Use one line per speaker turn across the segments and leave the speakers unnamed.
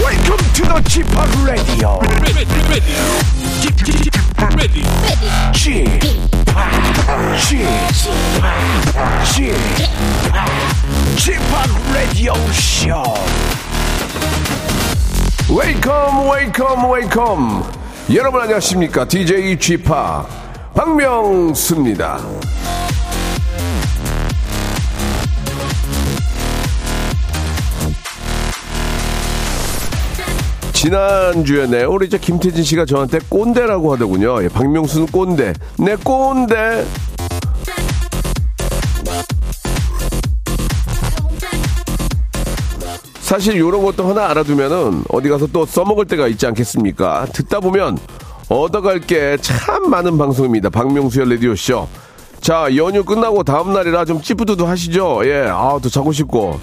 welcome to the Chip Radio.
ready, ready, Get- get- get ready,
Chip, Chip, Chip, Radio Show. Welcome, welcome, welcome. 여러분 안녕하십니까? DJ G p 박명수입니다. 지난주에네 우리 이제 김태진 씨가 저한테 꼰대라고 하더군요. 예, 박명수는 꼰대. 내 꼰대. 사실 이런 것도 하나 알아두면은 어디 가서 또 써먹을 때가 있지 않겠습니까? 듣다 보면 얻어갈 게 참 많은 방송입니다. 박명수의 라디오쇼. 자, 연휴 끝나고 다음날이라 좀 찌뿌드도 하시죠? 예, 아, 또 자고 싶고.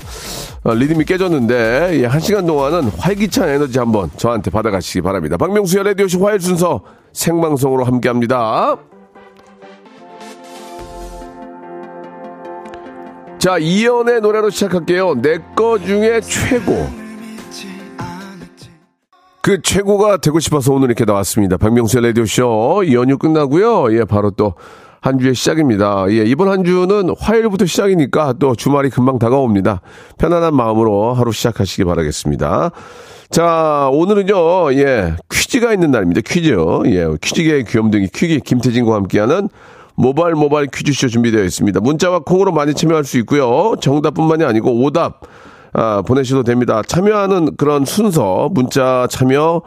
아, 리듬이 깨졌는데, 예, 한 시간 동안은 활기찬 에너지 한번 저한테 받아가시기 바랍니다. 박명수의 라디오쇼 화요일 순서 생방송으로 함께 합니다. 자, 이연의 노래로 시작할게요. 내 거 중에 최고. 그 최고가 되고 싶어서 오늘 이렇게 나왔습니다. 박명수의 라디오쇼 연휴 끝나고요. 예, 바로 또 한 주의 시작입니다. 예, 이번 한 주는 화요일부터 시작이니까 또 주말이 금방 다가옵니다. 편안한 마음으로 하루 시작하시기 바라겠습니다. 자, 오늘은요, 예, 퀴즈가 있는 날입니다. 퀴즈요. 예, 퀴즈계의 귀염둥이 퀴기 김태진과 함께하는 모발 모발 퀴즈쇼 준비되어 있습니다. 문자와 콩으로 많이 참여할 수 있고요. 정답뿐만이 아니고 오답 아, 보내셔도 됩니다. 참여하는 그런 순서 문자 참여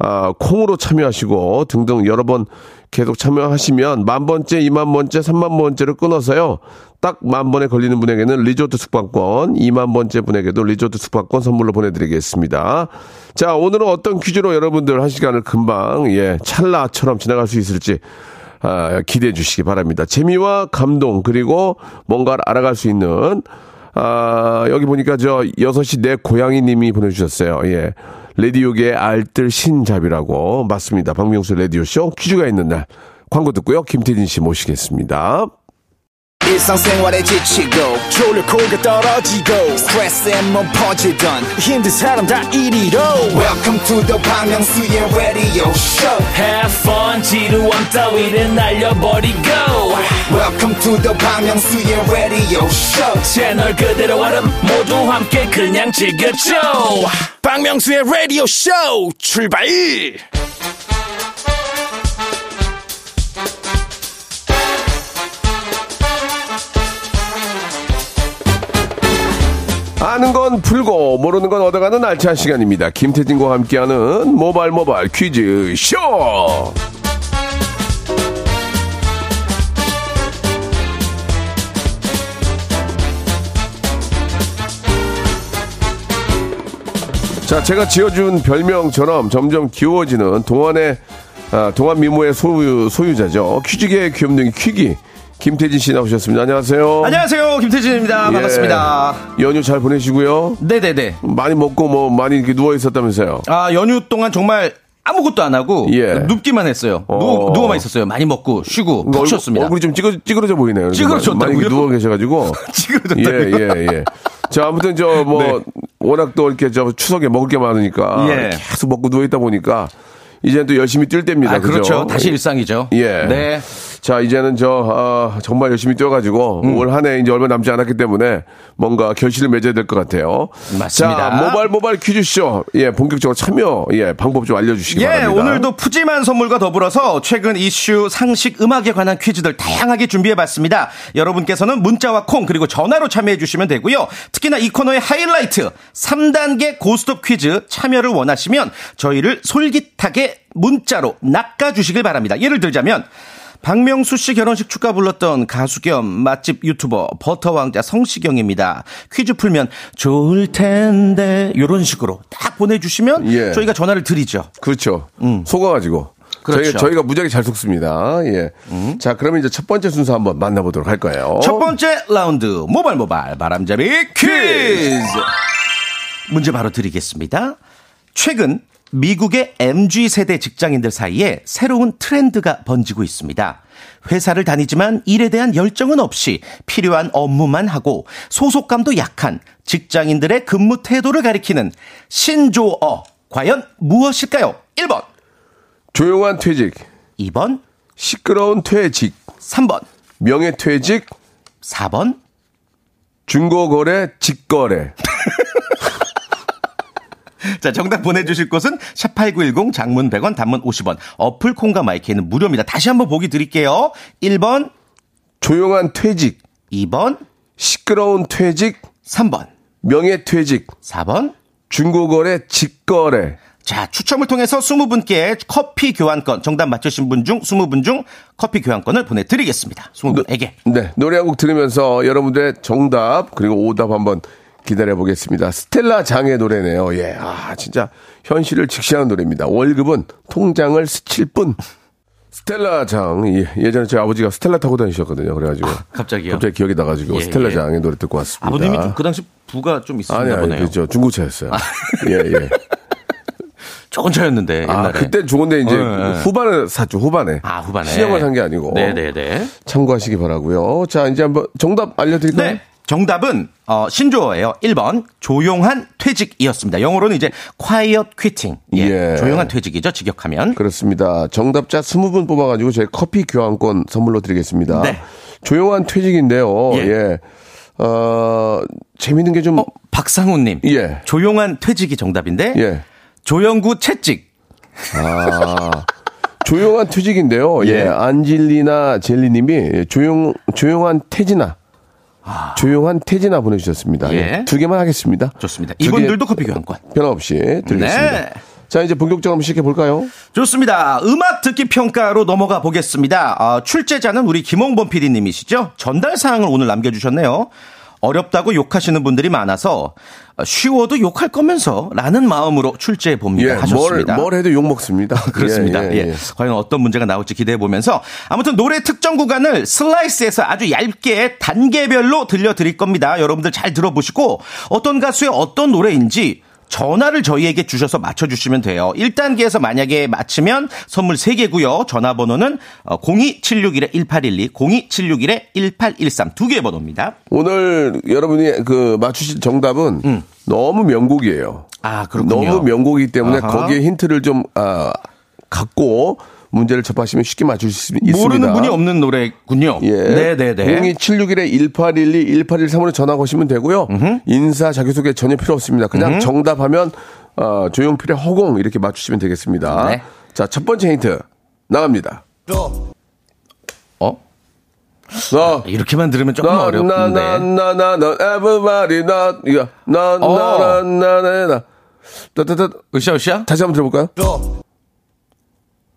아, 콩으로 참여하시고 등등 여러 번 계속 참여하시면 만 번째, 이만 번째, 삼만 번째를 끊어서요. 딱 만 번에 걸리는 분에게는 리조트 숙박권, 이만 번째 분에게도 리조트 숙박권 선물로 보내드리겠습니다. 자, 오늘은 어떤 퀴즈로 여러분들 한 시간을 금방 예 찰나처럼 지나갈 수 있을지 아, 기대해 주시기 바랍니다. 재미와 감동 그리고 뭔가를 알아갈 수 있는 아, 여기 보니까 저 6시 내 고양이 님이 보내주셨어요. 예. 레디오계의 알뜰 신잡이라고. 맞습니다. 박명수 레디오쇼 퀴즈가 있는 날. 광고 듣고요. 김태진 씨 모시겠습니다.
일상생활에 지치고, 졸려 코가 떨어지고, 스트레스에 몸 퍼지던, 힘든 사람 다 이리로. welcome to the Bang Myung-soo's radio show
Have fun 지루한 따위를 날려버리고
welcome to the Bang Myung-soo's radio show
채널 그대로 와름 모두 함께 그냥 즐겨줘
박명수의 라디오 쇼 출발!
아는 건 풀고 모르는 건 얻어가는 알찬 시간입니다. 김태진과 함께하는 모발 모발 퀴즈 쇼. 자, 제가 지어준 별명처럼 점점 귀여워지는 동안의 아, 동안 미모의 소유, 소유자죠. 퀴즈계의 귀염둥이 퀴기 김태진 씨 나오셨습니다. 안녕하세요.
안녕하세요 김태진입니다 반갑습니다
예, 연휴 잘 보내시고요.
네네네
많이 먹고 뭐 많이 이렇게 누워 있었다면서요.
아 연휴 동안 정말 아무것도 안 하고
예.
눕기만 했어요
어. 뭐
누워, 누워만 있었어요 많이 먹고 쉬고 푹
그러니까
쉬었습니다
얼굴, 이좀 찌그러, 찌그러져 보이네요. 그러니까
찌그러졌다고요?
많이 이렇게 누워 계셔가지고.
찌그러졌다고요?
예, 예, 예. 자, 아무튼 저 뭐
네.
워낙 또 이렇게 저 추석에 먹을 게 많으니까
예.
계속 먹고 누워 있다 보니까 이제는 또 열심히 뛸 때입니다.
아 그렇죠
그죠?
다시 일상이죠
예.
네
자, 이제는 저, 아, 정말 열심히 뛰어가지고
음.
올 한 해 이제 얼마 남지 않았기 때문에 뭔가 결실을 맺어야 될 것 같아요.
맞습니다.
자, 모발 모발 퀴즈쇼. 예, 본격적으로 참여, 예, 방법 좀 알려주시기
예,
바랍니다.
오늘도 푸짐한 선물과 더불어서 최근 이슈, 상식, 음악에 관한 퀴즈들 다양하게 준비해봤습니다. 여러분께서는 문자와 콩 그리고 전화로 참여해주시면 되고요. 특히나 이 코너의 하이라이트 3단계 고스톱 퀴즈 참여를 원하시면 저희를 솔깃하게 문자로 낚아주시길 바랍니다. 예를 들자면 박명수 씨 결혼식 축가 불렀던 가수 겸 맛집 유튜버 버터왕자 성시경입니다. 퀴즈 풀면 좋을 텐데 이런 식으로 딱 보내주시면
예.
저희가 전화를 드리죠.
그렇죠. 속아가지고.
음. 그렇죠. 음.
저희가, 저희가 무지하게 잘 속습니다. 예. 자, 그러면 이제 첫 번째 순서 한번 만나보도록 할 거예요.
첫 번째 라운드 모발 모발 바람잡이 퀴즈 문제 바로 드리겠습니다. 최근 미국의 MG 세대 직장인들 사이에 새로운 트렌드가 번지고 있습니다. 회사를 다니지만 일에 대한 열정은 없이 필요한 업무만 하고 소속감도 약한 직장인들의 근무 태도를 가리키는 신조어 과연 무엇일까요? 1번,
조용한 퇴직,
2번,
시끄러운 퇴직,
3번,
명예 퇴직,
4번.
중고거래, 직거래.
자, 정답 보내주실 곳은 샵8910 장문 100원 단문 50원 어플 콩과 마이크는 무료입니다. 다시 한번 보기 드릴게요. 1번,
조용한 퇴직,
2번,
시끄러운 퇴직,
3번,
명예 퇴직,
4번.
중고거래, 직거래.
자, 추첨을 통해서 20분께 커피 교환권, 정답 맞추신 분 중 20분 중 커피 교환권을 보내드리겠습니다. 20분에게.
네, 노래 한 곡 들으면서 여러분들의 정답 그리고 오답 한번 기다려 보겠습니다. 스텔라 장의 노래네요. 예, 아 진짜 현실을 직시하는 노래입니다. 월급은 통장을 스칠 뿐. 스텔라 장 예, 예전에 저희 아버지가 스텔라 타고 다니셨거든요. 그래가지고
아, 갑자기요?
갑자기 기억이 나가지고
예,
스텔라
예.
장의 노래 듣고 왔습니다.
아버님이 좀 그 당시 부가 좀 있으셨나
아니 아니
보네요. 아.
그죠 중고차였어요. 예예.
적은 차였는데 옛날에.
아 그때 좋은데 이제
어, 예.
후반에 샀죠 후반에.
아, 후반에.
신형을 산 게 아니고.
네네네.
참고하시기 바라고요. 자 이제 한번 정답 알려드릴까요?
네. 정답은 어, 신조어예요. 1번 조용한 퇴직이었습니다. 영어로는 이제 quiet quitting. 예,
예.
조용한 퇴직이죠. 직역하면.
그렇습니다. 정답자 20분 뽑아가지고 저희 커피 교환권 선물로 드리겠습니다.
네.
조용한 퇴직인데요.
예.
예. 어, 재밌는 게 좀,
어, 박상훈 님.
예.
조용한 퇴직이 정답인데.
예.
조영구 채찍.
조용한 퇴직인데요. 예.
예.
안질리나 젤리님이 조용, 조용한 태진아. 조용한 태진아 보내주셨습니다.
예.
예. 두 개만 하겠습니다.
좋습니다.
두 개
이분들도 커피 교환권.
변함없이 드리겠습니다.
네.
자, 이제 본격적으로 한번 시작해볼까요?
좋습니다. 음악 듣기 평가로 넘어가 보겠습니다. 아, 출제자는 우리 김홍범 PD님이시죠? 전달 사항을 오늘 남겨주셨네요. 어렵다고 욕하시는 분들이 많아서 어, 쉬워도 욕할 거면서 라는 마음으로 출제해 봅니다.
예. 뭘,
하셨습니다.
뭘 해도 욕먹습니다.
네, 그렇습니다.
예,
예,
예, 예.
과연 어떤 문제가 나올지 기대해 보면서 아무튼 노래 특정 구간을 슬라이스해서 아주 얇게 단계별로 들려드릴 겁니다. 여러분들 잘 들어보시고 어떤 가수의 어떤 노래인지 전화를 저희에게 주셔서 맞춰주시면 돼요. 1단계에서 만약에 맞추면 선물 3개고요. 전화번호는 어, 02761-1812, 02761-1813 두 개의 번호입니다.
오늘 여러분이 그 맞추신 정답은 너무 명곡이에요.
음. 아, 그렇군요.
너무 명곡이기 때문에
아하.
거기에 힌트를 좀 아, 갖고 문제를 접하시면 쉽게 맞출 수 있습니다.
모르는 분이 없는 노래군요.
예.
네네네.
02761에 1812, 1813으로 전화 오시면 되고요. 인사, 자기소개 전혀 필요 없습니다. 그냥 정답하면 어, 조용필의 허공 이렇게 맞추시면 되겠습니다.
네.
자, 첫 번째 힌트 나갑니다.
어?
나,
이렇게만 들으면 조금
나,
어렵는데.
나, 나, 나, 나, 나, everybody, 나, 이거, 나, 나, 나,
어.
나, 나, 나. 따, 따, 따.
으쌰으쌰?
다시 한번 들어볼까요?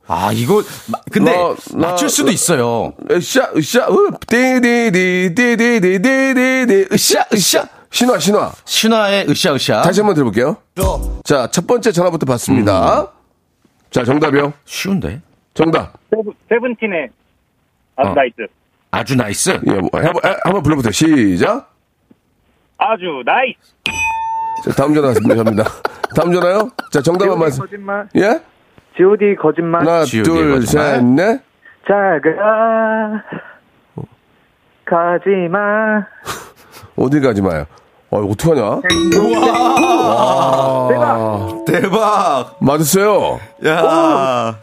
아 이거 마- 근데
나- 뭐, 나-
맞출 수도 있어요.
으쌰, 으쌰, 으, 디디디, 디디디, 디디디, 으쌰, 으쌰. 신화, 신화.
신화의 으쌰으쌰.
다시 한번 들어볼게요. 자, 첫 번째 전화부터
음.
받습니다. 자, 정답이요.
쉬운데?
정답.
세븐, 세븐틴의 아주
어.
나이스.
아주 나이스.
예, 뭐, 해, 해, 한번 불러보세요. 시작.
아주 나이스.
자, 다음 전화 갑니다. 다음 전화요? 자, 정답만 말씀.
거짓말.
예?
지오디 거짓말.
하나,
지우개
둘,
거짓말.
셋, 넷.
자가 가지마.
어딜 가지 마요. 어, 어떡하냐?
네. 대박.
맞았어요.
야.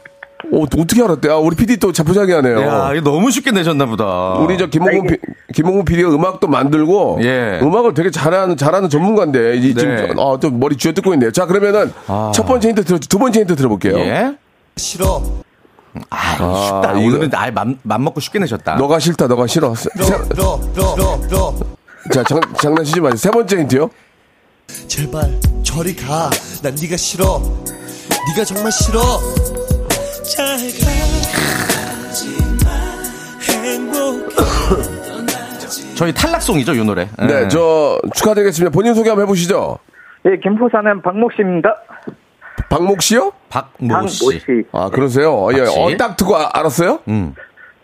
어, 어떻게 알았대? 아, 우리 PD 또 자포자기하네요.
야, 이거 너무 쉽게 내셨나 보다.
우리 저 김홍훈 피, 김홍훈 PD가 음악도 만들고
예.
음악을 되게 잘하는 잘하는 전문가인데 이 지금
네. 아.
저- 아, 좀 머리 쥐어뜯고 있네요. 자 그러면은 첫 번째 힌트 들어 두 번째 힌트 들어볼게요.
예. 싫어. 아, 이거 쉽다.
이거-
오늘은 아예 맘, 맘 먹고 쉽게 내셨다.
너가 싫다, 너가 싫어. 세- 세- 자 장, 장난치지 마세요. 세 번째 힌트요.
제발 저리 가. 난 네가 싫어. 네가 정말 싫어. 잘 가지마 행복해.
저희 탈락송이죠, 이 노래. 예.
네, 저 축하드리겠습니다. 본인 소개 한번 해보시죠.
예, 김포 사는 박목 씨입니다.
박목 씨요?
박모
박모
씨.
씨.
아 그러세요. 예,
박씨. 음.
어, 딱 듣고 아- 알았어요?
아,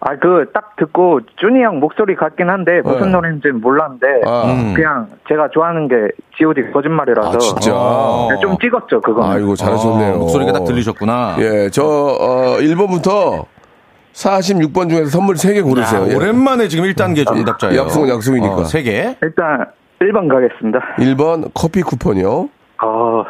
아, 그, 딱 듣고, 준이 형 목소리 같긴 한데,
네.
무슨 노래인지 몰랐는데,
아.
그냥 제가 좋아하는 게 GOD 거짓말이라서.
아, 진짜. 아.
네, 좀 찍었죠, 그거.
아이고, 잘하셨네요.
아, 목소리가 딱 들리셨구나.
예, 저, 어, 1번부터 46번 중에서 선물 3개 고르세요.
야,
예.
아, 오랜만에 지금 1단계 정답자예요. 어,
약속은 약속이니까.
세 개.
일단, 1번 가겠습니다.
1번 커피 쿠폰이요.
어,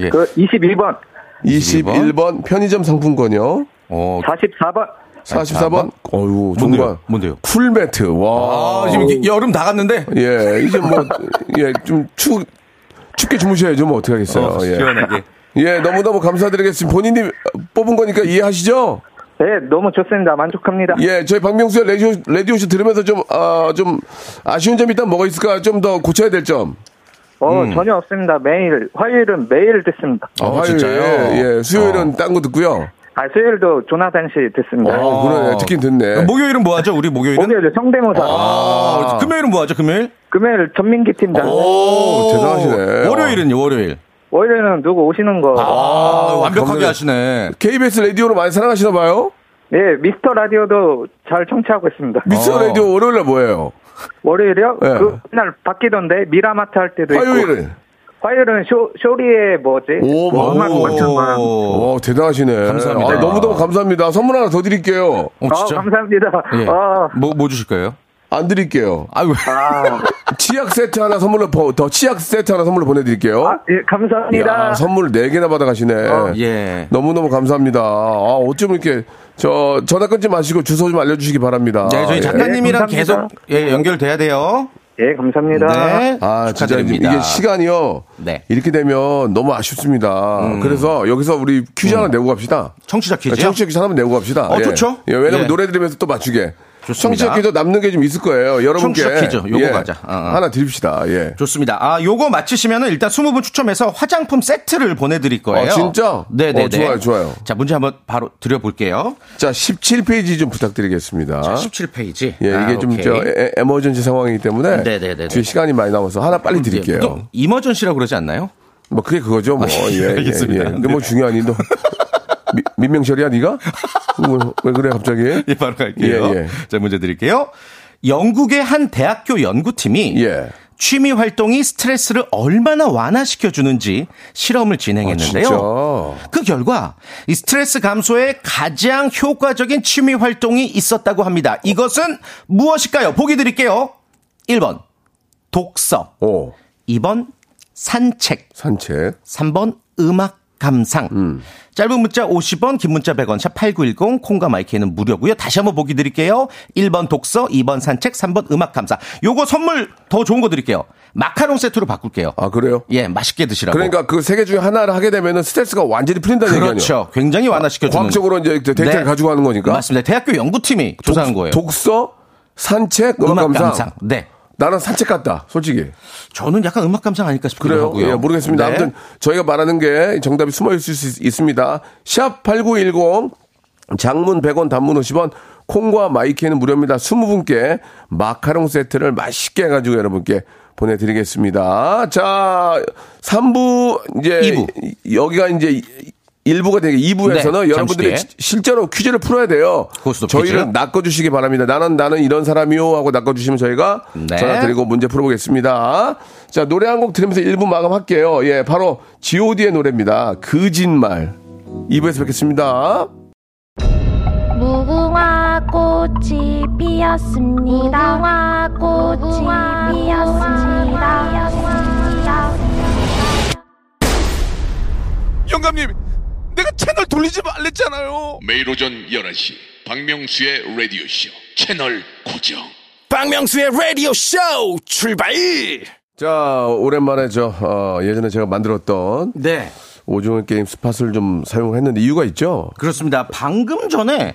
예.
그, 21번,
21번, 편의점 상품권이요.
어,
44번,
44번, 어유 정말.
뭔데요? 뭔데요?
쿨매트, 와.
아, 지금 이- 여름 다 갔는데.
예, 이제 뭐, 예, 좀 추, 춥게 주무셔야죠. 뭐, 어떡하겠어요.
어,
예.
시원하게.
예, 너무너무 감사드리겠습니다. 본인이 뽑은 거니까 이해하시죠?
네, 너무 좋습니다. 만족합니다.
예, 저희 박명수의 라디오, 라디오쇼 들으면서 좀, 아, 좀, 아쉬운 점이 있다면 뭐가 있을까? 좀 더 고쳐야 될 점.
어,
음.
전혀 없습니다. 매일, 화요일은 매일 듣습니다.
아, 화요일,
뭐 진짜요?
예, 수요일은 딴 거 듣고요.
아, 수요일도 조나단 씨 듣습니다.
어, 그러네. 듣긴 듣네.
목요일은 아. 뭐 하죠? 우리 목요일은?
목요일 성대모사,
아, 금요일은 뭐 하죠? 금요일?
금요일 전민기 팀장,
오, 대단하시네.
월요일은요, 월요일.
월요일은 누구 오시는 거.
아, 완벽하게
감사합니다.
하시네.
KBS 라디오를 많이 사랑하시나 봐요?
예, 미스터 라디오도 잘 청취하고 있습니다. 어.
미스터
어.
라디오 월요일날 뭐예요?
월요일이요?
예.
그 날 바뀌던데 미라마트 할
네,
때도 있고.
그,
화요일은?
화요일은 쇼 쇼리의 뭐지?
오, 어,
그 음악
오.
맞춘 거랑.
오,
오, 대단하시네.
어. 감사합니다.
아, 너무너무 감사합니다. 선물 하나 더 드릴게요.
어,
아,
진짜?
감사합니다.
예.
아,
뭐, 뭐 주실 거예요?
안 드릴게요.
아, 왜?
치약 세트 하나 선물로, 보- 더 치약 세트 하나 선물로 보내드릴게요.
아, 예, 감사합니다.
야, 선물 4개나 받아가시네.
예.
너무너무 감사합니다. 아, 어쩜 이렇게, 저, 전화 끊지 마시고 주소 좀 알려주시기 바랍니다. 예.
네, 저희 작가님이랑
네,
계속
감사합니다.
예, 연결돼야 돼요.
예, 감사합니다.
네.
아, 진짜 이제
축하드립니다.
이게 시간이요.
네. 음.
이렇게 되면 너무 아쉽습니다. 그래서 여기서 우리 퀴즈 하나 내고 갑시다.
청취자 퀴즈요?
아, 청취자 퀴즈 하나만 내고 갑시다.
어, 좋죠.
예, 왜냐면
예.
노래 들으면서 또 맞추게.
좋습니다.
청취자 퀴즈 남는 게 좀 있을 거예요. 여러분께.
청취자 퀴즈, 요거
예,
가자. 어, 어.
하나 드립시다. 예.
좋습니다. 아, 요거 맞히시면은 일단 20분 추첨해서 화장품 세트를 보내드릴 거예요.
아, 진짜?
네네네.
어, 좋아요, 좋아요.
자, 문제 한번 바로 드려볼게요.
자, 17페이지 좀 부탁드리겠습니다.
17페이지.
어?
아,
예, 이게 좀, 저, 에, 에머전시 상황이기 때문에.
네네네네.
뒤에 시간이 많이 남아서 하나 빨리 드릴게요.
예, 이머전시라고 그러지 않나요?
뭐 그게 그거죠 뭐. 예,
아, 알겠습니다.
예,
네.
예. 근데 뭐 중요하니 너 미- 민명철이야 네가? 뭐, 왜 그래 갑자기?
예, 바로 갈게요.
예, 예.
자, 문제 드릴게요. 영국의 한 대학교 연구팀이
예.
취미 활동이 스트레스를 얼마나 완화시켜 주는지 실험을 진행했는데요.
아, 진짜?
그 결과 이 스트레스 감소에 가장 효과적인 취미 활동이 있었다고 합니다. 이것은 무엇일까요? 보기 드릴게요. 1번 독서,
어
2번 산책,
산책.
3번 음악 감상. 짧은 문자 50원, 긴 문자 100원, 샵 8910, 콩과 마이크는 무료고요. 다시 한번 보기 드릴게요. 1번 독서, 2번 산책, 3번 음악 감상. 요거 선물 더 좋은 거 드릴게요. 마카롱 세트로 바꿀게요.
아 그래요?
예, 맛있게 드시라고.
그러니까 그 세 개 중에 하나를 하게 되면은 스트레스가 완전히 풀린다는 얘기 아니에요?
그렇죠. 굉장히 완화시켜 주는 네.
과학적으로 이제 데이터를 가지고 가는 거니까.
맞습니다. 대학교 연구팀이 조사한 거예요.
독서, 산책, 음악, 감상.
네.
나는 산책 같다, 솔직히.
저는 약간 음악 감상 아닐까 싶기도
그래요?
하고요.
예, 모르겠습니다.
네.
아무튼 저희가 말하는 게 정답이 숨어 있을 수 있- 있습니다. 샵8910 장문 100원 단문 50원 콩과 마이키는 무료입니다. 20분께 마카롱 세트를 맛있게 해가지고 여러분께 보내드리겠습니다. 자, 3부 이제
이부.
여기가 이제 1부가 되게 2부에서는
네,
여러분들이
잠시 뒤에.
지- 실제로 퀴즈를 풀어야 돼요.
고스톱
저희를
퀴즈.
낚아주시기 바랍니다. 나는 나는 이런 사람이요 하고 낚아주시면 저희가
네.
전화 드리고 문제 풀어보겠습니다. 자, 노래 한 곡 들으면서 1부 마감할게요. 예, 바로 GOD의 노래입니다. 거짓말. 2부에서 뵙겠습니다.
무궁화 꽃이 피었습니다. 무궁화 꽃이 피었습니다.
영감님, 내가 채널 돌리지 말랬잖아요.
매일 오전 11시 박명수의 라디오쇼 채널 고정
박명수의 라디오 쇼 출발
자, 오랜만에 저, 어, 예전에 제가 만들었던
네.
오징어 게임 스팟을 좀 사용했는데 이유가 있죠?
그렇습니다. 방금 전에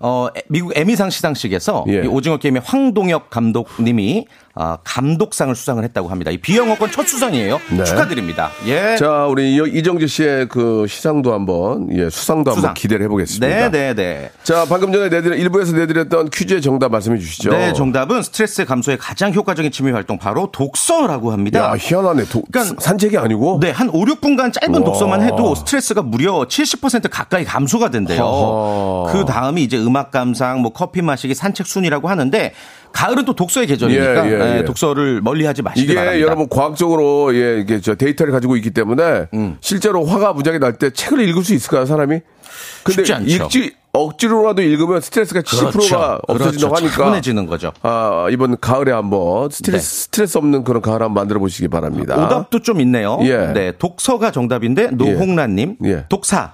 어, 에- 미국 에미상 시상식에서
예.
이 오징어 게임의 황동혁 감독님이 아, 감독상을 수상을 했다고 합니다. 이 비영어권 첫 수상이에요.
네.
축하드립니다. 예.
자, 우리 이- 이정재 씨의 그 시상도 한번, 예, 수상도 한번
수상.
기대를 해보겠습니다.
네, 네, 네.
자, 방금 전에 내드린, 일부에서 내드렸던 퀴즈의 정답 말씀해 주시죠.
네, 정답은 스트레스 감소에 가장 효과적인 취미 활동 바로 독서라고 합니다.
야, 희한하네. 도,
그러니까-
산책이 아니고?
네, 한 5, 6분간 짧은
어. 우와.
독서만 해도 스트레스가 무려 70% 가까이 감소가 된대요.
허허.
그 다음이 이제 음악 감상, 뭐 커피 마시기, 산책 순이라고 하는데 가을은 또 독서의 계절이니까
예, 예,
네,
예.
독서를 멀리하지 마시기
이게
바랍니다.
여러분 과학적으로 예, 이게 저 데이터를 가지고 있기 때문에
음.
실제로 화가 무지하게 날 때 책을 읽을 수 있을까요, 사람이? 근데
쉽지 않죠.
읽지 억지로라도 읽으면 스트레스가 70%가 없어진다고
그렇죠.
하니까
차분해지는 거죠. 네.
아, 이번 가을에 한번 스트레스, 스트레스 없는 그런 가을 한번 만들어 보시기 바랍니다.
아, 오답도 좀 있네요.
아. 예.
네, 독서가 정답인데 노홍란님
예.
독사,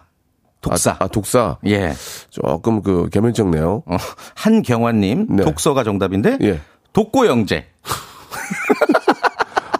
독사.
아, 아, 독사.
예.
조금 그 개면적네요.
어, 한경환님
네.
독서가 정답인데
예.
독고영재.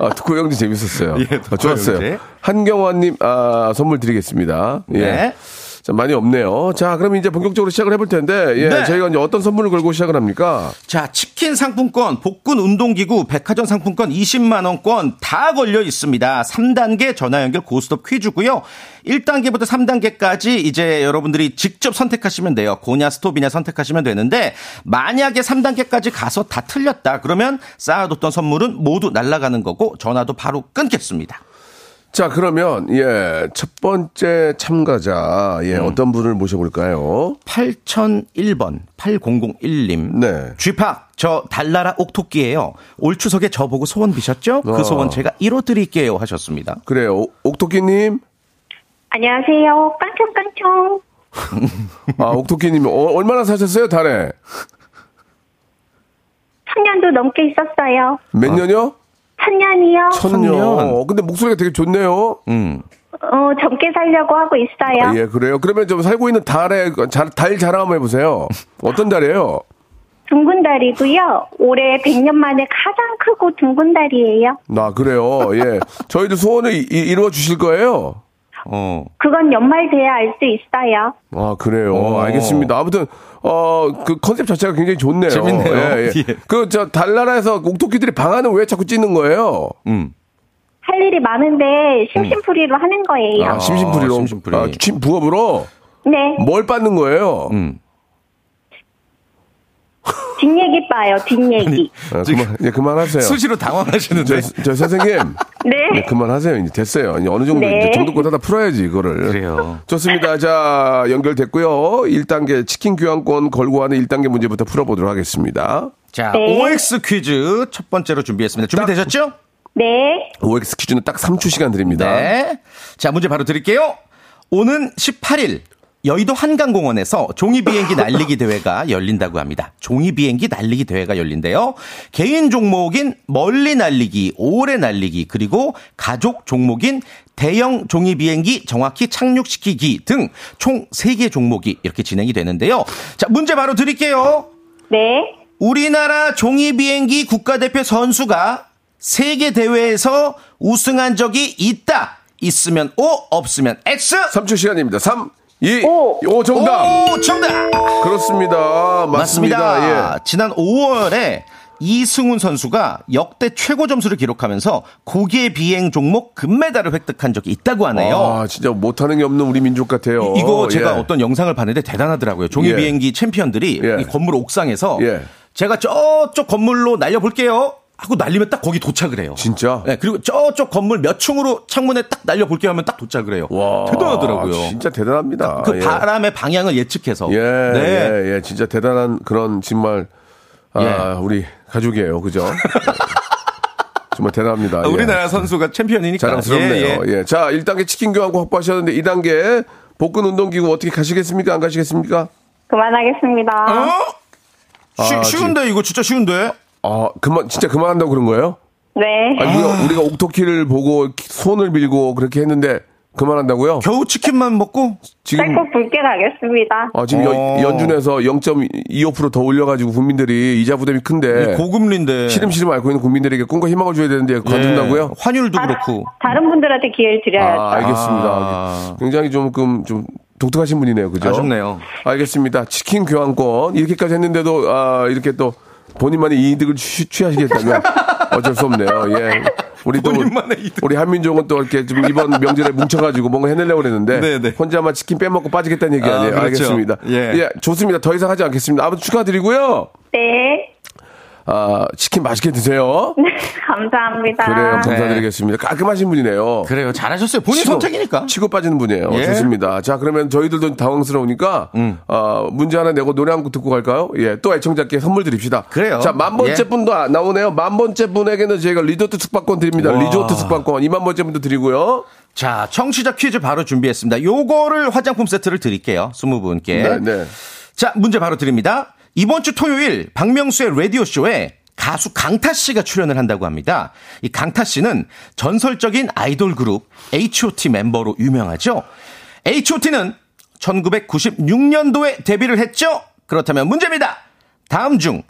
아, 듣고 형제 재밌었어요.
예,
아, 좋았어요.
듣고 형제.
한경화님, 아, 선물 드리겠습니다. 예.
네.
자, 많이 없네요. 자, 그럼 이제 본격적으로 시작을 해볼 텐데, 예,
네.
저희가 이제 어떤 선물을 걸고 시작을 합니까?
자, 치킨 상품권, 복근 운동기구, 백화점 상품권 20만원권 다 걸려 있습니다. 3단계 전화 연결 고스톱 퀴즈고요 1단계부터 3단계까지 이제 여러분들이 직접 선택하시면 돼요. 고냐, 스톱이냐 선택하시면 되는데, 만약에 3단계까지 가서 다 틀렸다. 그러면 쌓아뒀던 선물은 모두 날아가는 거고, 전화도 바로 끊겠습니다.
자, 그러면, 예, 첫 번째 참가자, 예, 어떤 분을 모셔볼까요?
8001번, 8001님.
네.
쥐팍, 저 달나라 옥토끼예요. 올 추석에 저 보고 소원 비셨죠?
어.
그 소원 제가 이뤄드릴게요 하셨습니다.
그래요. 옥- 옥토끼님?
안녕하세요. 깡총깡총.
아, 옥토끼님, 어, 얼마나 사셨어요, 달에?
3년도 넘게 있었어요.
몇 년이요?
3년이요.
천년.
년.
어, 근데 목소리가 되게 좋네요.
음.
어, 젊게 살려고 하고 있어요.
아, 예, 그래요. 그러면 좀 살고 있는 달에, 자, 달 자랑 한번 해보세요. 어떤 달이에요?
둥근 달이고요. 올해 100년 만에 가장 크고 둥근 달이에요.
나 그래요. 예. 저희도 소원을 이, 이루어 주실 거예요.
어.
그건 연말 돼야 알 수 있어요.
아 그래요.
오.
알겠습니다. 아무튼 어 그 컨셉 자체가 굉장히 좋네요.
재밌네요.
예,
예.
그저 달나라에서 옥토끼들이 방안을 왜 자꾸 찢는 거예요?
음.
할 일이 많은데 심심풀이로 하는 거예요.
아, 심심풀이로.
심심풀이.
아, 침 부업으로
네,
뭘 받는 거예요?
음.
뒷얘기 봐요, 뒷얘기.
아, 그만 예 그만하세요.
수시로 당황하시는데.
저, 저 선생님. 네,
네,
그만하세요. 이제 됐어요. 이제 어느 정도
네.
이제 정도껏 하다 풀어야지 이거를.
그래요.
좋습니다. 자, 연결됐고요. 1단계 치킨 교환권 걸고 하는 1단계 문제부터 풀어보도록 하겠습니다.
자,
네.
OX 퀴즈 첫 번째로 준비했습니다. 준비되셨죠?
네.
OX 퀴즈는 딱 3초 시간 드립니다.
네. 자, 문제 바로 드릴게요. 오는 18일 여의도 한강공원에서 종이 비행기 날리기 대회가 열린다고 합니다. 종이 비행기 날리기 대회가 열린대요. 개인 종목인 멀리 날리기, 오래 날리기, 그리고 가족 종목인 대형 종이 비행기 정확히 착륙시키기 등 총 3개 종목이 이렇게 진행이 되는데요. 자, 문제 바로 드릴게요.
네.
우리나라 종이 비행기 국가대표 선수가 세계 대회에서 우승한 적이 있다. 있으면 O, 없으면 X.
3초 시간입니다. 3, 2,
오.
5, 정답.
오, 정답.
그렇습니다. 맞습니다. 예.
지난 5월에 이승훈 선수가 역대 최고 점수를 기록하면서 고개 비행 종목 금메달을 획득한 적이 있다고 하네요.
아, 진짜 못하는 게 없는 우리 민족 같아요.
이거 제가
예.
어떤 영상을 봤는데 대단하더라고요. 종이
예.
비행기 챔피언들이
예.
이 건물 옥상에서
예.
제가 저쪽 건물로 날려볼게요. 하고 날리면 딱 거기 도착을 해요.
진짜?
네, 그리고 저쪽 건물 몇 층으로 창문에 딱 날려볼게요 하면 딱 도착을 해요.
와,
대단하더라고요.
진짜 대단합니다.
그
예.
바람의 방향을 예측해서.
예,
네.
예, 예. 진짜 대단한 그런 정말 아,
예.
우리 가족이에요. 그죠? 정말 대단합니다.
아,
예.
우리나라 선수가 챔피언이니까.
자랑스럽네요.
예, 예.
예. 자, 1단계 치킨 교환권 확보하셨는데 2단계 복근 운동기구 어떻게 가시겠습니까? 안 가시겠습니까?
그만하겠습니다.
어? 쉬,
아,
쉬운데 이거 진짜 쉬운데.
아, 그만 진짜 그만한다고 그런 거예요?
네.
아니, 우리가, 우리가 옥토키를 보고 손을 밀고 그렇게 했는데 그만한다고요?
겨우 치킨만 먹고
지금
짧고 굵게 가겠습니다.
아, 지금
어.
연, 연준에서 0.25%더 올려가지고 국민들이 이자 부담이 큰데
고금리인데.
예. 시름시름 앓고 있는 국민들에게 꿈과 희망을 줘야 되는데 관둔다고요?
예. 환율도 그렇고.
다른 분들한테 기회를 드려야죠.
아, 알겠습니다.
아.
굉장히 조금 좀 독특하신 분이네요, 그죠?
아쉽네요.
알겠습니다. 치킨 교환권 이렇게까지 했는데도 아, 이렇게 또 본인만의 이득을 취, 하시겠다면 어쩔 수 없네요. 예. 우리 또
본인만의 이득.
우리 한민족은 또 이렇게 좀 이번 명절에 뭉쳐가지고 뭔가 해내려고 그랬는데
네, 네.
혼자만 치킨 빼먹고 빠지겠다는 얘기 아니에요.
아, 그렇죠.
알겠습니다.
예.
좋습니다. 더 이상 하지 않겠습니다. 아무튼 축하드리고요.
네.
아 치킨 맛있게 드세요.
네, 감사합니다.
그래요. 감사드리겠습니다. 깔끔하신 분이네요.
그래요. 잘하셨어요. 본인
치고-
선택이니까.
그렇죠. 치고 빠지는 분이에요.
예. 음.
좋습니다. 자, 그러면 저희들도 당황스러우니까, 어, 문제 하나 내고 노래 한 곡 듣고 갈까요? 예, 또 애청자께 선물 드립니다.
그래요.
자, 만 번째
예.
분도 아- 나오네요. 만 번째 분에게는 저희가 리조트 숙박권 드립니다.
와.
리조트 숙박권. 이만 번째 분도 드리고요.
자, 청취자 퀴즈 바로 준비했습니다. 요거를 화장품 세트를 드릴게요. 스무 분께.
네, 네.
자, 문제 바로 드립니다. 이번 주 토요일 박명수의 라디오 쇼에 가수 강타 씨가 출연을 한다고 합니다. 이 강타 씨는 전설적인 아이돌 그룹 H.O.T 멤버로 유명하죠. H.O.T는 1996년도에 데뷔를 했죠. 그렇다면 문제입니다. 다음 중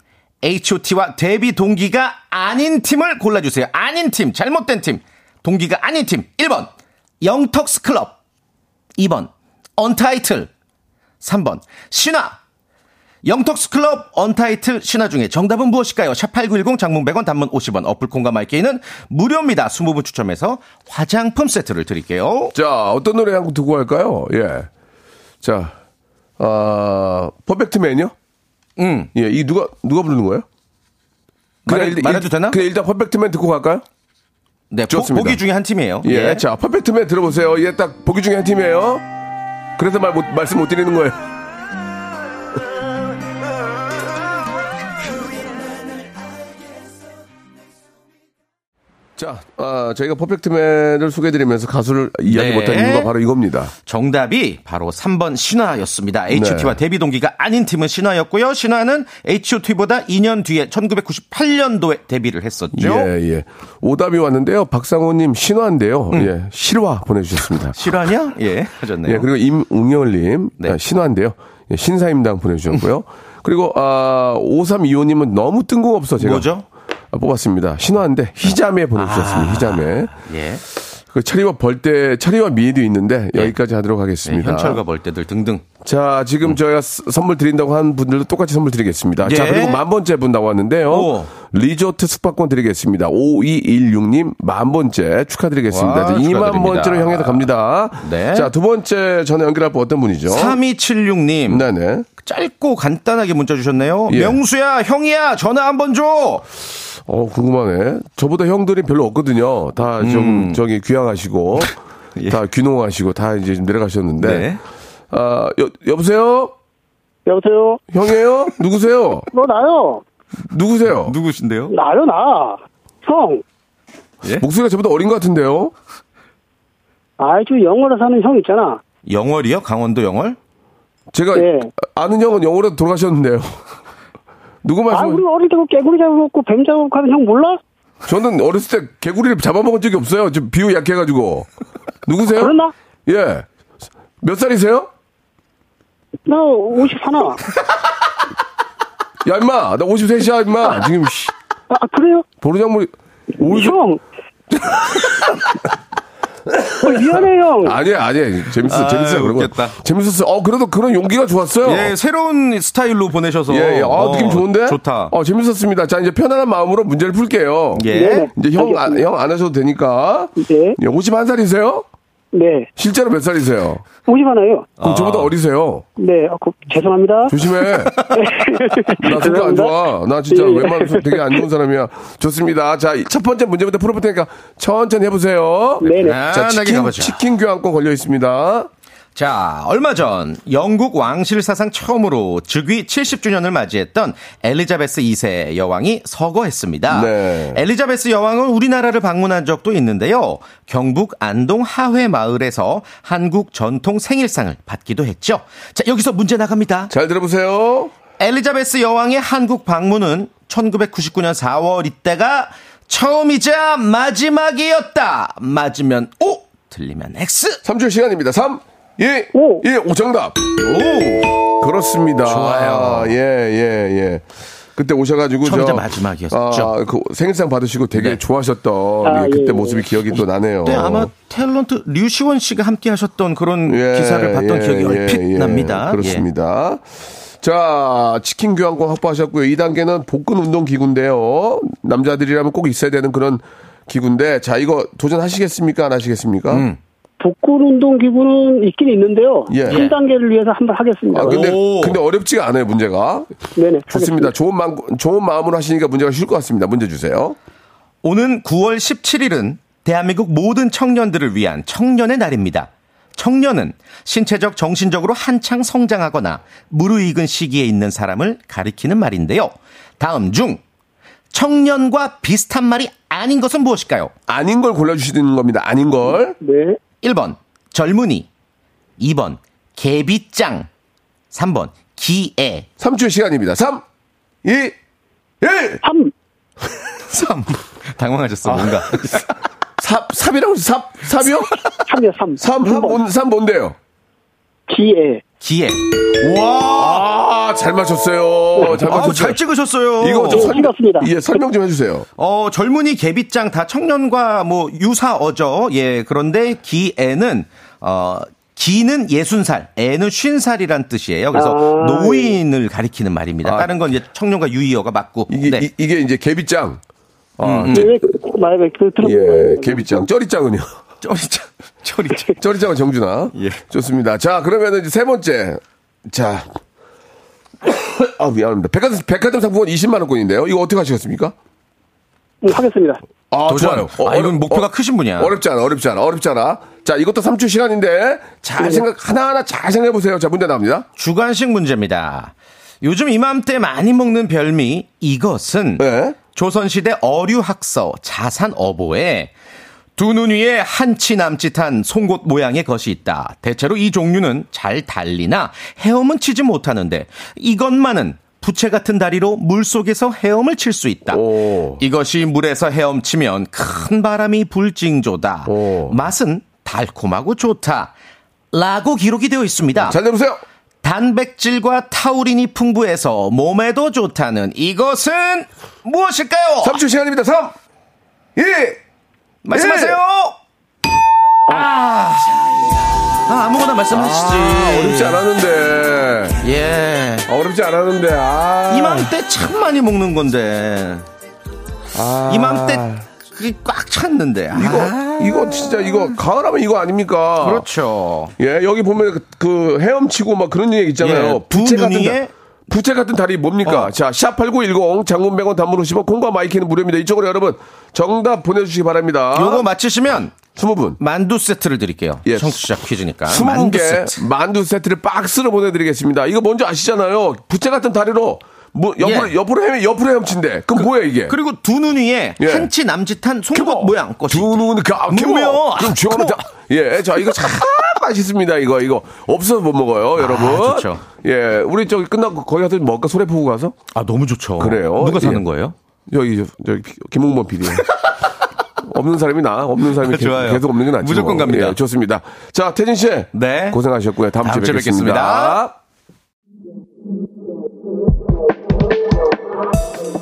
H.O.T와 데뷔 동기가 아닌 팀을 골라주세요. 아닌 팀, 잘못된 팀, 동기가 아닌 팀. 1번 영턱스 클럽, 2번 언타이틀, 3번 신화 영턱스클럽 언타이틀 신화 중에 정답은 무엇일까요? 샵8910 장문 100원 단문 50원 어플콘과 마이케이는 무료입니다. 20분 추첨해서 화장품 세트를 드릴게요.
자, 어떤 노래 한 곡 듣고 갈까요? 예. 자, 아, 퍼펙트맨이요?
음.
예, 이 누가, 누가 부르는 거예요?
말해- 말해도 되나?
그냥 일단 퍼펙트맨 듣고 갈까요?
네, 보,
좋습니다.
보기 중에 한 팀이에요.
예. 자, 퍼펙트맨 들어보세요. 예, 딱 보기 중에 한 팀이에요. 그래서 말 못, 말씀 못 드리는 거예요. 자, 아, 저희가 퍼펙트맨을 소개해드리면서 가수를 이야기
네.
못한 이유가 바로 이겁니다.
정답이 바로 3번 신화였습니다. H.O.T.와
네.
데뷔 동기가 아닌 팀은 신화였고요. 신화는 H.O.T.보다 2년 뒤에 1998년도에 데뷔를 했었죠.
예, 예. 오답이 왔는데요. 박상호님 신화인데요. 예, 실화 보내주셨습니다.
실화냐? 예, 하셨네요.
예, 그리고 임웅열님
네.
아, 신화인데요. 예, 신사임당 보내주셨고요. 그리고 아, 5325님은 너무 뜬금없어 제가
뭐죠?
아, 뽑았습니다. 신화인데 희자매 보내주셨습니다. 희자매.
아, 예.
그 체리와 벌떼, 체리와 미에도 있는데 여기까지 하도록
네,
하겠습니다.
현철과 벌떼들 등등.
자, 지금 저희가 스- 선물 드린다고 한 분들도 똑같이 선물 드리겠습니다.
음. 예.
자, 그리고 만 번째 분 나왔는데요.
오.
리조트 숙박권 드리겠습니다. 5216님 만 번째 축하드리겠습니다.
와,
자, 2만
축하드립니다.
번째로 향해서 갑니다.
네.
자, 두 번째 전화 연결할 분 어떤 분이죠?
3276님.
네네.
짧고 간단하게 문자 주셨네요.
예.
명수야, 형이야, 전화 한번 줘.
어, 궁금하네. 저보다 형들이 별로 없거든요. 다 좀,
음.
저기, 귀향하시고, 다 귀농하시고, 다 이제 좀 내려가셨는데.
예. 네.
아, 여, 여보세요?
여보세요?
형이에요? 누구세요?
너 뭐, 나요?
누구세요?
누구신데요?
나요, 나. 형.
목소리가 저보다 어린 것 같은데요?
아주 영어로 사는 형 있잖아.
영월이요? 강원도 영월?
제가
네.
아는 형은 영어로 돌아가셨는데요. 누구
아,
말씀?
우리 어릴 때 개구리 잡아먹고 뱀 잡아먹고 하는 형 몰라?
저는 어렸을 때 개구리를 잡아먹은 적이 없어요. 지금 비유 약해가지고. 누구세요?
그러나?
예. 몇 살이세요?
나 51.
야, 임마. 나 53이야, 임마. 지금, 씨.
아, 아, 그래요?
보르장물이. 올
형. 어, 미안해, 형.
아니야, 아니야. 재밌어,
아,
재밌어. 그런 거.
웃겼다.
재밌었어. 어, 그래도 그런 용기가 좋았어요.
예, 새로운 스타일로 보내셔서.
예, 예. 아,
어,
느낌 좋은데?
좋다.
어, 재밌었습니다. 자, 이제 편안한 마음으로 문제를 풀게요.
예.
네.
이제 형, 안- 형, 안 하셔도 되니까.
네.
예, 51살이세요?
네.
실제로 몇 살이세요?
51이요.
아.
그럼 저보다
아.
어리세요.
네. 아, 그, 죄송합니다.
조심해. 나 성격 안
죄송합니다.
좋아. 나 진짜
예, 예.
웬만하면 되게 안 좋은 사람이야. 좋습니다. 자, 이첫 번째 문제부터 풀어볼 테니까 천천히 해보세요.
네네.
아,
자,
나게
치킨,
가보자.
치킨 교환권 걸려 있습니다.
자, 얼마 전 영국 왕실 사상 처음으로 즉위 70주년을 맞이했던 엘리자베스 2세 여왕이 서거했습니다.
네.
엘리자베스 여왕은 우리나라를 방문한 적도 있는데요. 경북 안동 하회 마을에서 한국 전통 생일상을 받기도 했죠. 자, 여기서 문제 나갑니다.
잘 들어보세요.
엘리자베스 여왕의 한국 방문은 1999년 4월 이때가 처음이자 마지막이었다. 맞으면 O, 틀리면 X.
3초 시간입니다. 3, 2, 1,
오.
5 정답. 그렇습니다.
좋아요.
아, 예, 예, 예. 그때 오셔가지고
처음이자
저
마지막이었죠.
아, 그 생일상 받으시고 되게
네.
좋아하셨던
아,
예, 그때
예,
모습이 기억이 또 나네요.
그때 아마 탤런트 류시원 씨가 함께 하셨던 그런
어. 예,
기사를 봤던
예,
기억이
예,
얼핏
예.
납니다.
그렇습니다. 자, 치킨 교환권 확보하셨고요. 2단계는 복근 운동 기구인데요. 남자들이라면 꼭 있어야 되는 그런 기구인데, 자, 이거 도전하시겠습니까? 안 하시겠습니까?
음.
복근 운동 기구는 있긴 있는데요.
예.
한 단계를 위해서 한번 하겠습니다.
아, 근데,
오.
근데 어렵지가 않아요, 문제가.
네네.
좋습니다. 좋은, 마음, 좋은 마음으로 하시니까 문제가 쉬울 것 같습니다. 문제 주세요.
오는 9월 17일은 대한민국 모든 청년들을 위한 청년의 날입니다. 청년은 신체적, 정신적으로 한창 성장하거나 무르익은 시기에 있는 사람을 가리키는 말인데요. 다음 중 청년과 비슷한 말이 아닌 것은 무엇일까요?
아닌 걸 골라주시는 겁니다. 아닌 걸.
네.
1번 젊은이 2번 개비짱 3번 기애
3초의 시간입니다. 3, 2, 1!
3.
3 당황하셨어 뭔가
아, 삽, 삽이라고 해서 삽, 삽이요?
3이요, 3.
삼, 삼, 뭔, 삼 뭔데요?
기에.
기애
아, 잘
네,
맞췄어요. 잘
아우
맞췄어요.
잘 찍으셨어요
이거 좀
오, 찍었습니다.
예, 설명 좀 해주세요.
어, 젊은이 개빗장 다 청년과 뭐 유사어죠. 예, 그런데 기애는, 어, 기는 60살, 애는 50살이란 뜻이에요. 그래서
아,
노인을 가리키는 말입니다.
아.
다른 건 이제 청년과 유의어가 맞고.
이게,
네.
이, 게 이제 개비짱. 아,
네, 왜, 그- 만약에 그 들어.
예, 개비짱. 쩌리짱은요?
쩌리짱, 쩌리짱.
쩌리짱은 정준아.
예.
좋습니다. 자, 그러면 이제 세 번째. 자. 아, 미안합니다. 백화점, 백화점 상품권 20만원권인데요. 이거 어떻게 하시겠습니까?
음, 하겠습니다.
아,
도전.
좋아요.
아, 이건
어렵-
목표가
어,
크신 분이야.
어렵지 않아, 어렵지 않아, 어렵지 않아. 자, 이것도 3주 시간인데, 잘
네.
생각, 하나하나 잘 생각해보세요. 자, 문제 나옵니다.
주관식 문제입니다. 요즘 이맘때 많이 먹는 별미, 이것은
네.
조선시대 어류학서 자산어보에 두 눈 위에 한치 남짓한 송곳 모양의 것이 있다. 대체로 이 종류는 잘 달리나 헤엄은 치지 못하는데 이것만은 부채 같은 다리로 물 속에서 헤엄을 칠 수 있다.
오.
이것이 물에서 헤엄치면 큰 바람이 불징조다.
오.
맛은 달콤하고 좋다. 라고 기록이 되어 있습니다.
잘 내보세요.
단백질과 타우린이 풍부해서 몸에도 좋다는 이것은 무엇일까요?
3주 시간입니다. 3, 2,
말씀하세요. 아, 아 아무거나 말씀하시지.
어렵지 않았는데.
예.
어렵지 않았는데, 아.
이맘때 참 많이 먹는 건데. 이맘때 그게 꽉 찼는데. 아,
아. 이거, 이거 진짜 이거, 가을하면 이거 아닙니까?
그렇죠.
예, 여기 보면 그, 그 헤엄치고 막 그런 얘기 있잖아요.
예, 두
부채 같은
눈이에- 어.
다, 부채 같은 다리 뭡니까? 자, 샵8910 장문 100원 단문 50원 콩과 마이키는 무료입니다. 이쪽으로 여러분 정답 보내 주시기 바랍니다.
요거 맞히시면
20분.
만두 세트를 드릴게요.
예.
청취자 퀴즈니까.
20개 만두 세트를 박스로 보내 드리겠습니다. 이거 뭔지 아시잖아요. 부채 같은 다리로 뭐 옆으로
예.
옆으로 헤매 옆으로 헤엄친대. 그럼 뭐예요, 이게?
그리고 두 눈 위에
예.
한치 남짓한 송곳 모양 꽃이. 있다.
두눈 가,
뭐예요?
캐모. 그럼 주원은 다. 예, 자, 이거 참 맛있습니다, 이거. 이거. 없어서 못 먹어요, 여러분.
아, 좋죠.
예, 우리 저기 끝나고 거기 가서 먹을까? 소래포구 가서?
아 너무 좋죠.
그래요?
누가 사는
예.
거예요?
여기, 저- 저기, 피- 김홍범 PD. 없는 사람이 나, 없는 사람이 계속,
좋아요.
계속 없는 게 낫죠.
무조건 갑니다.
예, 좋습니다. 자, 태진 씨.
네.
고생하셨고요. 다음,
다음 주에
주에 뵙겠습니다.
뵙겠습니다.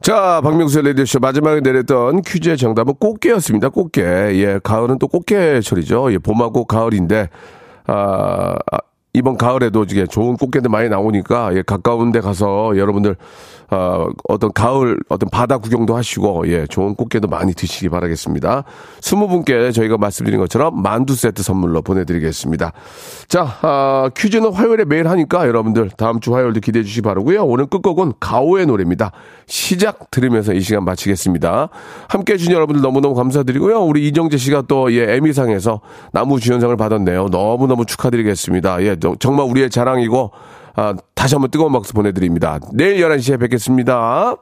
자, 박명수의 레디오쇼 마지막에 내렸던 퀴즈의 정답은 꽃게였습니다. 꽃게. 예, 가을은 또 꽃게철이죠. 예, 봄하고 가을인데, 아, 아, 이번 가을에도 이게 좋은 꽃게들 많이 나오니까, 예, 가까운 데 가서 여러분들, 아, 어떤 가을, 어떤 바다 구경도 하시고, 예, 좋은 꽃게도 많이 드시기 바라겠습니다. 스무 분께 저희가 말씀드린 것처럼 만두 세트 선물로 보내드리겠습니다. 자, 아, 퀴즈는 화요일에 매일 하니까 여러분들 다음 주 화요일도 기대해 주시기 바라고요 오늘 끝곡은 가오의 노래입니다. 시작 들으면서 이 시간 마치겠습니다. 함께 해주신 여러분들 너무너무 감사드리고요. 우리 이정재 씨가 또, 예, 에미상에서 나무주연상을 받았네요. 너무너무 축하드리겠습니다. 예, 너- 정말 우리의 자랑이고, 아, 다시 한번 뜨거운 박수 보내드립니다. 내일 11시에 뵙겠습니다.